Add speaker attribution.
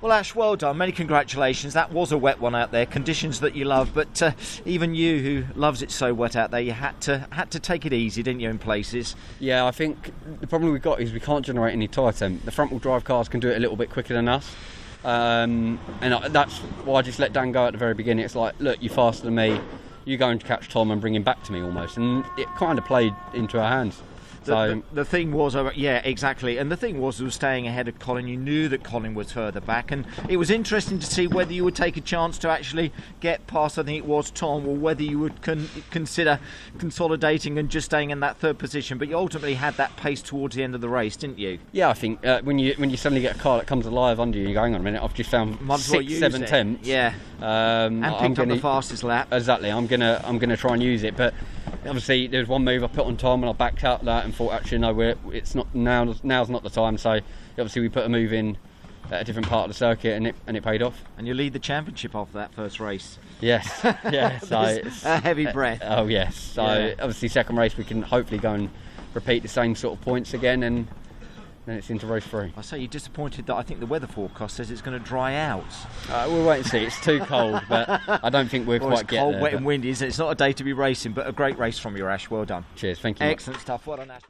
Speaker 1: Well, Ash, well done. Many congratulations. That was a wet one out there. Conditions that you love, but uh, even you, who loves it so wet out there, you had to had to take it easy, didn't you? In places.
Speaker 2: Yeah, I think the problem we've got is we can't generate any tyre temp. The front wheel drive cars can do it a little bit quicker than us. Um, and I, that's why I just let Dan go at the very beginning. It's like, look, you're faster than me. You go and catch Tom and bring him back to me almost. And it kind of played into our hands.
Speaker 1: The, the, the, thing was, uh, yeah, exactly. And the thing was, was staying ahead of Colin. You knew that Colin was further back, and it was interesting to see whether you would take a chance to actually get past. I think it was Tom, or whether you would con- consider consolidating and just staying in that third position. But you ultimately had that pace towards the end of the race, didn't you?
Speaker 2: Yeah, I think uh, when you when you suddenly get a car that comes alive under you, you're going on a minute. I've just found Might six, seven it. tenths.
Speaker 1: Yeah, um, and picked I'm up gonna, the fastest lap.
Speaker 2: Exactly. I'm gonna I'm gonna try and use it, but obviously there was one move I put on Tom and I backed out that and thought actually no we're, it's not now now's not the time so obviously we put a move in at a different part of the circuit and it and it paid off
Speaker 1: and you lead the championship off that first race
Speaker 2: yes yeah so
Speaker 1: a heavy breath
Speaker 2: uh, oh yes so yeah. obviously second race we can hopefully go and repeat the same sort of points again and then it's into race three.
Speaker 1: I say you're disappointed that I think the weather forecast says it's going to dry out.
Speaker 2: Uh, we'll wait and see. It's too cold, but I don't think we're
Speaker 1: well,
Speaker 2: quite
Speaker 1: it's cold,
Speaker 2: there,
Speaker 1: wet, and windy. Isn't it? It's not a day to be racing, but a great race from you, Ash. Well done.
Speaker 2: Cheers. Thank you.
Speaker 1: Excellent much. stuff. Well done, Ash.